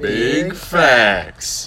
Big facts.